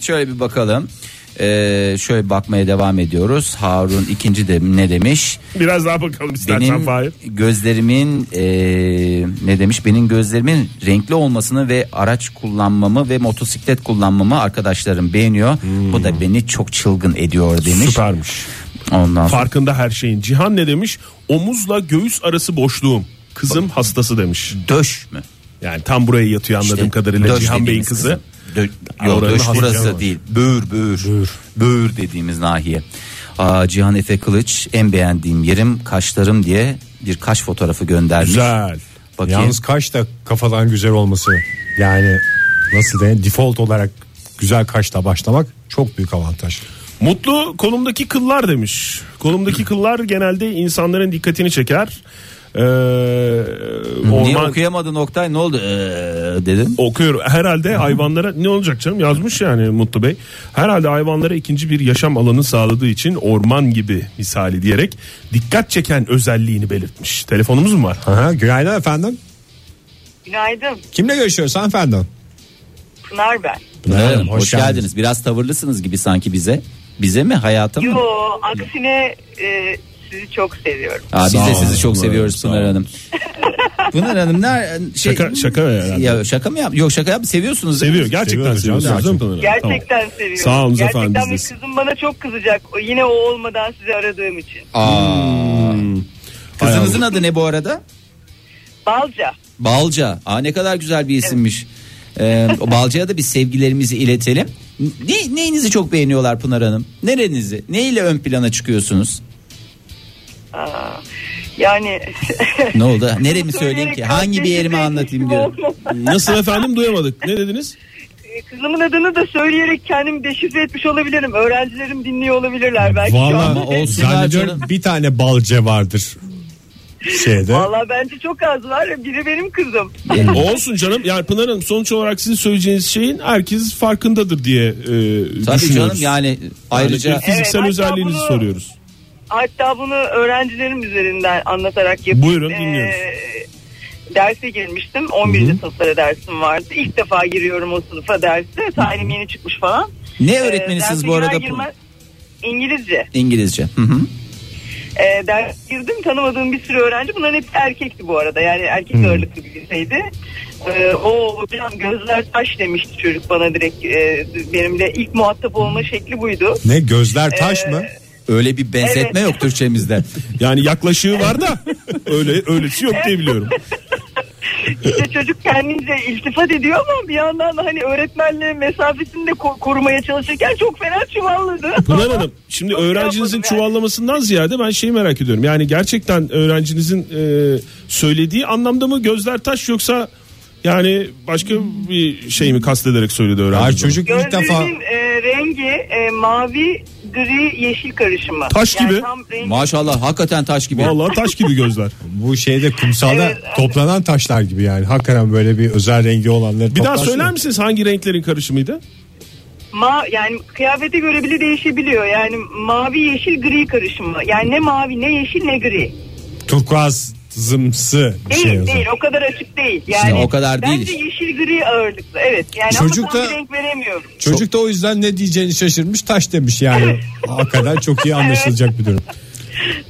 Speaker 2: Şöyle bir bakalım. Ee, şöyle bakmaya devam ediyoruz. Harun ikinci de ne demiş?
Speaker 1: Biraz daha bakalım istersen
Speaker 2: Benim
Speaker 1: Fahir.
Speaker 2: gözlerimin eee, ne demiş? Benim gözlerimin renkli olmasını ve araç kullanmamı ve motosiklet kullanmamı arkadaşlarım beğeniyor.
Speaker 1: Hmm.
Speaker 2: Bu da beni çok çılgın ediyor demiş.
Speaker 1: Süpermiş.
Speaker 2: Ondan sonra
Speaker 1: Farkında her şeyin. Cihan ne demiş? Omuzla göğüs arası boşluğum. Kızım hastası demiş.
Speaker 2: döş mü?
Speaker 1: Yani tam buraya yatıyor anladığım
Speaker 2: İşte
Speaker 1: kadarıyla
Speaker 2: döş
Speaker 1: Cihan Bey'in
Speaker 2: dediğimiz
Speaker 1: kızı.
Speaker 2: Dö, yo,
Speaker 1: Oranın
Speaker 2: döş
Speaker 1: hastası
Speaker 2: burası
Speaker 1: ama.
Speaker 2: değil. Böğür böğür. Böğür. dediğimiz nahiye. Aa, Cihan Efe Kılıç en beğendiğim yerim kaşlarım diye bir kaş fotoğrafı göndermiş.
Speaker 3: Güzel.
Speaker 2: Bakayım.
Speaker 3: Yalnız kaş da kafadan güzel olması yani nasıl diyeyim default olarak güzel kaşla başlamak çok büyük avantaj.
Speaker 1: Mutlu kolumdaki kıllar demiş. Kolumdaki kıllar genelde insanların dikkatini çeker. Ee,
Speaker 2: Niye
Speaker 1: orman
Speaker 2: okuyamadın Oktay ne oldu Ee, dedin?
Speaker 1: Okuyorum. Herhalde hayvanlara ne olacak canım yazmış yani Mutlu Bey. Herhalde hayvanlara ikinci bir yaşam alanı sağladığı için orman gibi misali diyerek dikkat çeken özelliğini belirtmiş. Telefonumuz mu var?
Speaker 3: Aha, günaydın efendim.
Speaker 5: Günaydın
Speaker 3: Kimle görüşüyoruz hanımefendi?
Speaker 5: Pınar ben.
Speaker 2: Pınar
Speaker 3: Pınar
Speaker 2: Hanım, hoş, geldiniz. Biraz tavırlısınız gibi sanki bize. Bize mi hayata mı?
Speaker 5: Yo aksine e, sizi çok seviyorum.
Speaker 2: Aa, biz
Speaker 3: Sağ
Speaker 2: de
Speaker 3: olun,
Speaker 2: sizi çok
Speaker 3: Pınar
Speaker 2: seviyoruz Pınar Hanım. Pınar Hanım ner şey,
Speaker 1: Şaka- şaka herhalde.
Speaker 2: Ya şaka mı yap? Yok şaka yap. Seviyorsunuz. değil mi?
Speaker 1: Seviyor. Gerçekten
Speaker 3: Seviyoruz
Speaker 1: seviyor.
Speaker 3: canım,
Speaker 1: Değil mi Pınar Hanım?
Speaker 5: Gerçekten seviyorum.
Speaker 1: Sağ olun
Speaker 5: Gerçekten
Speaker 1: efendim,
Speaker 5: ve
Speaker 1: biz de-
Speaker 5: kızım bana çok kızacak. O, yine o olmadan sizi aradığım için.
Speaker 2: Aa. Kızınızın adı ne bu arada?
Speaker 5: Balca.
Speaker 2: Balca. Aa ne kadar güzel bir isimmiş. Ee, o Balca'ya da biz sevgilerimizi iletelim. Ne, neyinizi çok beğeniyorlar Pınar Hanım? Nerenizi? Neyle ön plana çıkıyorsunuz?
Speaker 5: Aa, yani
Speaker 2: Ne oldu? Neremi söyleyeyim ki? Hangi bir yerimi anlatayım diyorum.
Speaker 1: Tamam. Nasıl efendim duyamadık. Ne dediniz?
Speaker 5: E, Kızımın adını da söyleyerek kendimi deşifre etmiş olabilirim. Öğrencilerim dinliyor olabilirler belki şu
Speaker 3: Vallahi
Speaker 5: anda.
Speaker 2: olsunlar
Speaker 3: zannediyorum
Speaker 2: canım.
Speaker 3: bir tane balce vardır. şeyde.
Speaker 7: Valla bence çok az var. Biri benim kızım.
Speaker 1: Olsun canım. Yani Pınar Hanım sonuç olarak sizin söyleyeceğiniz şeyin herkes farkındadır diye e,
Speaker 2: Tabii
Speaker 1: düşünüyoruz.
Speaker 2: canım yani ayrıca
Speaker 1: Yani fiziksel
Speaker 7: Evet,
Speaker 1: özelliğinizi
Speaker 7: hatta bunu-
Speaker 1: soruyoruz.
Speaker 7: Hatta bunu öğrencilerim üzerinden anlatarak yapıyorum.
Speaker 1: Buyurun, dinliyoruz.
Speaker 7: derse girmiştim. 11. sınıflara dersim vardı. İlk defa giriyorum o sınıfa derse. Talim yeni çıkmış falan.
Speaker 2: ne
Speaker 7: Ee,
Speaker 2: öğretmenisiniz
Speaker 7: derse
Speaker 2: bu
Speaker 7: girer
Speaker 2: arada?
Speaker 7: girmez- İngilizce.
Speaker 2: İngilizce. Hı hı.
Speaker 7: Ee, ders girdim tanımadığım bir sürü öğrenci. Bunların hepsi erkekti bu arada. Yani erkek ağırlıklı bir liseydi. Ee, o hocam gözler taş demişti çocuk bana direkt. Ee, benimle ilk muhatap olma şekli buydu.
Speaker 3: Ne gözler taş mı?
Speaker 2: Öyle bir benzetme yok Türkçemizde.
Speaker 1: Yani yaklaşığı var da öyle öylesi yok diye biliyorum.
Speaker 7: İşte çocuk kendince iltifat ediyor ama bir yandan da hani öğretmenle mesafesini de ko- korumaya çalışırken çok fena çuvalladı.
Speaker 1: Pınar Hanım şimdi öğrencinizin
Speaker 7: yapmadım yani.
Speaker 1: çuvallamasından ziyade ben şeyi merak ediyorum. Yani gerçekten öğrencinizin e, söylediği anlamda mı gözler taş yoksa yani başka bir şey mi kastederek söyledi öğrenci?
Speaker 3: Ay
Speaker 1: bunu?
Speaker 3: çocuk ilk defa
Speaker 7: Gözlerinin e, rengi e, mavi, gri, yeşil karışımı.
Speaker 1: Taş gibi.
Speaker 7: tam rengi-
Speaker 2: Maşallah hakikaten taş gibi.
Speaker 1: Vallahi taş gibi gözler.
Speaker 3: bu şeyde kumsalda
Speaker 7: Evet.
Speaker 3: toplanan taşlar gibi yani. Hakikaten böyle bir özel rengi olanları
Speaker 1: Bir daha
Speaker 3: toplarsın.
Speaker 1: söyler misiniz hangi renklerin karışımıydı?
Speaker 7: Ma yani kıyafete göre bile değişebiliyor. Yani mavi, yeşil, gri karışımı. Yani ne mavi, ne yeşil, ne gri.
Speaker 3: Turkuazımsı bir
Speaker 7: Değil,
Speaker 3: şey o zaman.
Speaker 7: değil. O kadar açık değil.
Speaker 2: İşte
Speaker 7: Yani
Speaker 2: o kadar değil
Speaker 7: Bence
Speaker 2: işte.
Speaker 7: yeşil gri ağırlıklı. Evet. Yani
Speaker 3: Çocuk
Speaker 7: ama tam
Speaker 3: da-
Speaker 7: bir renk veremiyorum.
Speaker 3: Çocuk da o yüzden ne diyeceğini şaşırmış taş demiş yani. Hakikaten çok iyi anlaşılacak bir durum.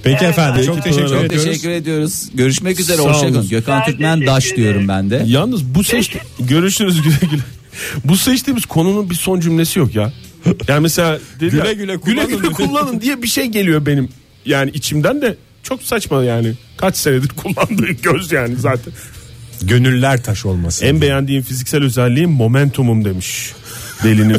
Speaker 3: Peki efendim çok teşekkür
Speaker 2: Çok
Speaker 3: ediyoruz.
Speaker 2: teşekkür ediyoruz. Görüşmek üzere.
Speaker 1: Sağ olun.
Speaker 2: Hoşçakalın. Gökhan
Speaker 7: Ben
Speaker 2: Türkmen
Speaker 7: teşekkür
Speaker 2: Daş diyorum
Speaker 7: ederim.
Speaker 2: ben de.
Speaker 1: Yalnız bu seç görüşürüz güle güle. Bu seçtiğimiz konunun bir son cümlesi yok ya. Yani mesela dedi
Speaker 3: Güle
Speaker 1: ya,
Speaker 3: güle
Speaker 1: güle
Speaker 3: kullanın
Speaker 1: güle
Speaker 3: dedi.
Speaker 1: kullanın diye bir şey geliyor benim. Yani içimden de çok saçma yani. Kaç senedir kullandığı göz yani zaten.
Speaker 3: Gönüller taş olması.
Speaker 1: En beğendiğim fiziksel özelliğim momentumum demiş. Delinin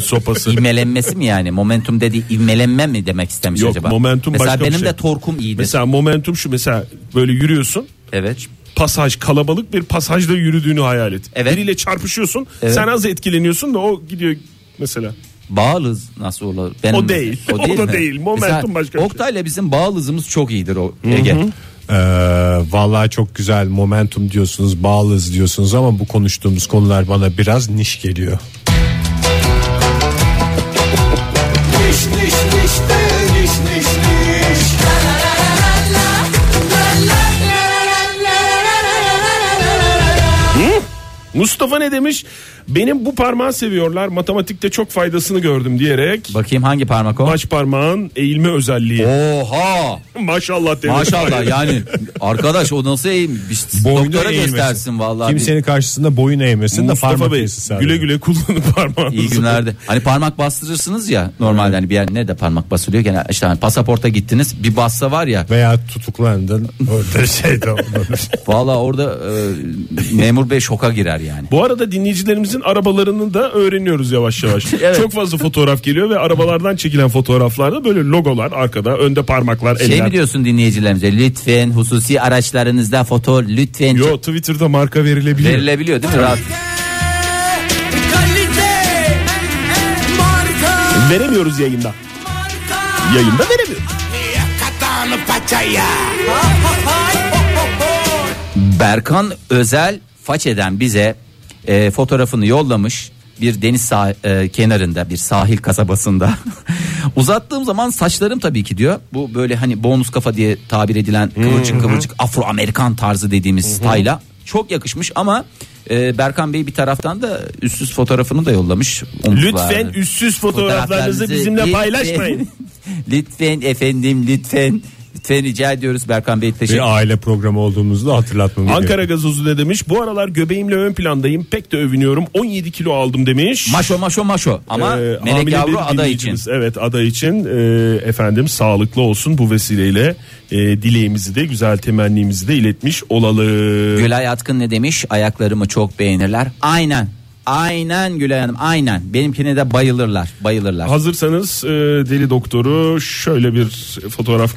Speaker 1: sopası.
Speaker 2: İvmelenmesi mi yani? Momentum dedi ivmelenme mi demek istemiş
Speaker 1: Yok,
Speaker 2: acaba?
Speaker 1: momentum
Speaker 2: Mesela
Speaker 1: başka bir
Speaker 2: benim
Speaker 1: şey.
Speaker 2: de torkum iyidir.
Speaker 1: mesela momentum şu mesela böyle yürüyorsun.
Speaker 2: Evet.
Speaker 1: Pasaj kalabalık bir pasajda yürüdüğünü hayal et.
Speaker 2: Evet.
Speaker 1: Biriyle çarpışıyorsun.
Speaker 2: Evet.
Speaker 1: Sen az etkileniyorsun da o gidiyor mesela.
Speaker 2: Bağlız nasıl olur? Benim
Speaker 1: O değil. O da değil. Momentum
Speaker 2: Mesela
Speaker 1: başka bir şey.
Speaker 2: Oktay'la bizim bağlızımız çok iyidir o Ege.
Speaker 3: Ee, vallahi çok güzel momentum diyorsunuz, bağlız diyorsunuz ama bu konuştuğumuz konular bana biraz niş geliyor.
Speaker 9: Diş diş diş de diş diş diş.
Speaker 1: Mustafa ne demiş? Benim bu parmağı seviyorlar. Matematikte çok faydasını gördüm diyerek
Speaker 2: Bakayım hangi parmak o?
Speaker 1: baş parmağın eğilme özelliği.
Speaker 2: Oha!
Speaker 1: Maşallah demiş.
Speaker 2: Maşallah yani arkadaş o nasıl eğilmiş?
Speaker 3: Boynu
Speaker 2: Doktora
Speaker 3: eğilmesin.
Speaker 2: göstersin vallahi.
Speaker 3: Kimsenin karşısında boyun eğmesin de
Speaker 1: Mustafa
Speaker 3: parmak
Speaker 1: Bey
Speaker 3: eğsin sadece.
Speaker 1: güle güle kullanın parmağınızı.
Speaker 2: İyi günlerde. Hani parmak bastırırsınız ya normalde hani bir yer ne de parmak basılıyor gene işte hani pasaporta gittiniz bir bassa var ya
Speaker 3: Veya tutuklandın orada şey de olur.
Speaker 2: valla orada e, memur bey şoka girer yani.
Speaker 1: Bu arada dinleyicilerimizin arabalarını da öğreniyoruz yavaş yavaş.
Speaker 2: Evet.
Speaker 1: Çok fazla fotoğraf geliyor ve arabalardan çekilen fotoğraflarda böyle logolar arkada, önde parmaklar,
Speaker 2: Şey
Speaker 1: eller.
Speaker 2: mi diyorsun dinleyicilerimize lütfen hususi araçlarınızda foto lütfen
Speaker 1: Yo Twitter'da marka verilebiliyor.
Speaker 2: verilebiliyor değil mi rahat?
Speaker 1: Veremiyoruz yayında. Yayında veremiyoruz.
Speaker 2: Berkan Özel Façe'den bize e, fotoğrafını yollamış bir deniz sah- e, kenarında bir sahil kasabasında uzattığım zaman saçlarım tabii ki diyor bu böyle hani bonus kafa diye tabir edilen kıvırcık kıvırcık Afro Amerikan tarzı dediğimiz style'a çok yakışmış ama e, Berkan Bey bir taraftan da üstsüz fotoğrafını da yollamış Omuzlar.
Speaker 1: Lütfen üstsüz fotoğraflarınızı bizimle
Speaker 2: lütfen-
Speaker 1: paylaşmayın.
Speaker 2: lütfen efendim lütfen lütfen rica ediyoruz Berkan Bey teşekkür
Speaker 3: Bir aile programı olduğumuzu da hatırlatmamız
Speaker 1: Ankara
Speaker 3: gerekiyor.
Speaker 1: gazozu ne demiş? Bu aralar göbeğimle ön plandayım. Pek de övünüyorum. 17 kilo aldım demiş.
Speaker 2: Maşo maşo maşo ama
Speaker 1: Ee, hamile
Speaker 2: Melek Yavru
Speaker 1: bir
Speaker 2: ada için.
Speaker 1: dinleyicimiz. Evet ada için Ee, efendim sağlıklı olsun bu vesileyle e, dileğimizi de güzel temennimizi de iletmiş olalım.
Speaker 2: Gülay Atkın ne demiş? Ayaklarımı çok beğenirler. Aynen. Aynen Gülay Hanım aynen. Benimkine de bayılırlar. Bayılırlar.
Speaker 1: Hazırsanız e, deli doktoru şöyle bir fotoğraf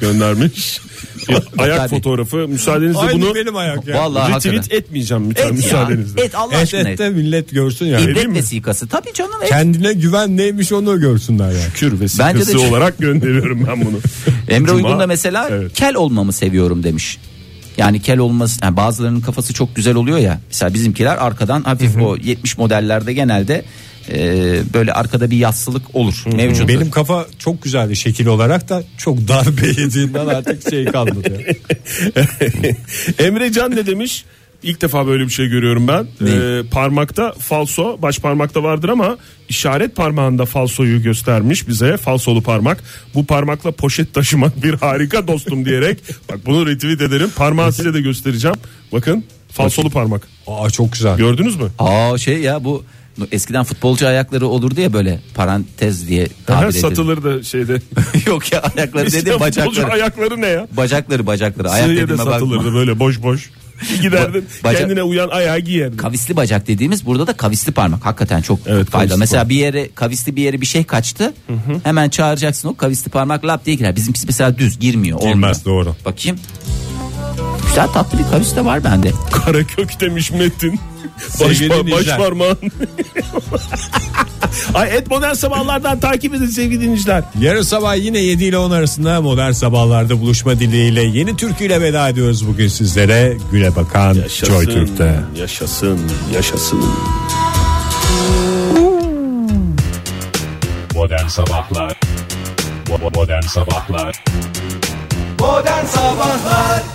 Speaker 1: göndermiş. Bir ayak
Speaker 2: Tabii.
Speaker 1: fotoğrafı. Müsaadenizle
Speaker 3: Aynı
Speaker 1: bunu
Speaker 3: benim ayak ya.
Speaker 2: Vallahi
Speaker 1: retweet
Speaker 2: hakikaten.
Speaker 1: etmeyeceğim lütfen
Speaker 2: Et ya.
Speaker 1: müsaadenizle.
Speaker 2: Et Allah
Speaker 3: Et
Speaker 2: aşkına.
Speaker 3: et
Speaker 2: Et,
Speaker 3: de millet görsün yani.
Speaker 2: İbret vesikası. Tabii canım et.
Speaker 3: Kendine güven neymiş onu görsünler yani.
Speaker 1: Kür
Speaker 2: Bence de
Speaker 1: vesikası
Speaker 2: çok-
Speaker 1: olarak gönderiyorum ben bunu.
Speaker 2: Emre
Speaker 1: Cuma-
Speaker 2: Uygun da mesela
Speaker 1: Evet.
Speaker 2: kel olmamı seviyorum demiş. Yani kel olması yani bazılarının kafası çok güzel oluyor ya. Mesela bizimkiler arkadan hafif o 70 modellerde genelde e, böyle arkada bir yassılık olur mevcut.
Speaker 3: Benim kafa çok güzeldi şekil olarak da çok darbe yediğinden artık şey kalmadı. ya.
Speaker 1: Emre Can ne demiş? İlk defa böyle bir şey görüyorum ben. Ee, parmakta falso, baş parmakta vardır ama işaret parmağında falsoyu göstermiş bize. Falsolu parmak. Bu parmakla poşet taşımak bir harika dostum diyerek. Bak bunu retweet ederim. Parmağı size de göstereceğim. Bakın falsolu parmak.
Speaker 3: Aa çok güzel.
Speaker 1: Gördünüz mü?
Speaker 2: Aa şey ya bu eskiden futbolcu ayakları olurdu ya böyle parantez diye
Speaker 1: Her
Speaker 2: tabir edilir.
Speaker 1: satılırdı şeyde.
Speaker 2: Yok ya ayakları dedi
Speaker 1: İşte futbolcu
Speaker 2: bacakları.
Speaker 1: ayakları ne ya?
Speaker 2: Bacakları bacakları ayak
Speaker 1: Sığıya da
Speaker 2: dediğime bakma.
Speaker 1: satılırdı böyle boş boş. Giderdin
Speaker 2: Ba- bacak-
Speaker 1: kendine uyan ayağı giyerdin.
Speaker 2: Kavisli bacak dediğimiz burada da kavisli parmak hakikaten çok
Speaker 1: Evet,
Speaker 2: fayda.
Speaker 1: kavisli
Speaker 2: Mesela
Speaker 1: parmak.
Speaker 2: bir yere kavisli bir yere bir şey kaçtı. Hemen çağıracaksın o kavisli parmak lap diye girer. Bizimkisi mesela düz girmiyor. olmuyor.
Speaker 3: Girmez, doğru.
Speaker 2: Bakayım. Güzel tatlı bir kavis de var bende.
Speaker 1: Karakök demiş Metin. Baş,
Speaker 3: Sevgili
Speaker 1: baş
Speaker 3: dinleyiciler.
Speaker 1: parmağın. Ay et modern sabahlardan takip edin sevgili dinleyiciler.
Speaker 3: Yarın sabah yine 7 ile 10 arasında modern sabahlarda buluşma dileğiyle yeni türküyle veda ediyoruz bugün sizlere. Güne bakan Joy Türk'te.
Speaker 1: Yaşasın, yaşasın.
Speaker 3: Modern sabahlar. Modern sabahlar.
Speaker 4: Modern Sabahlar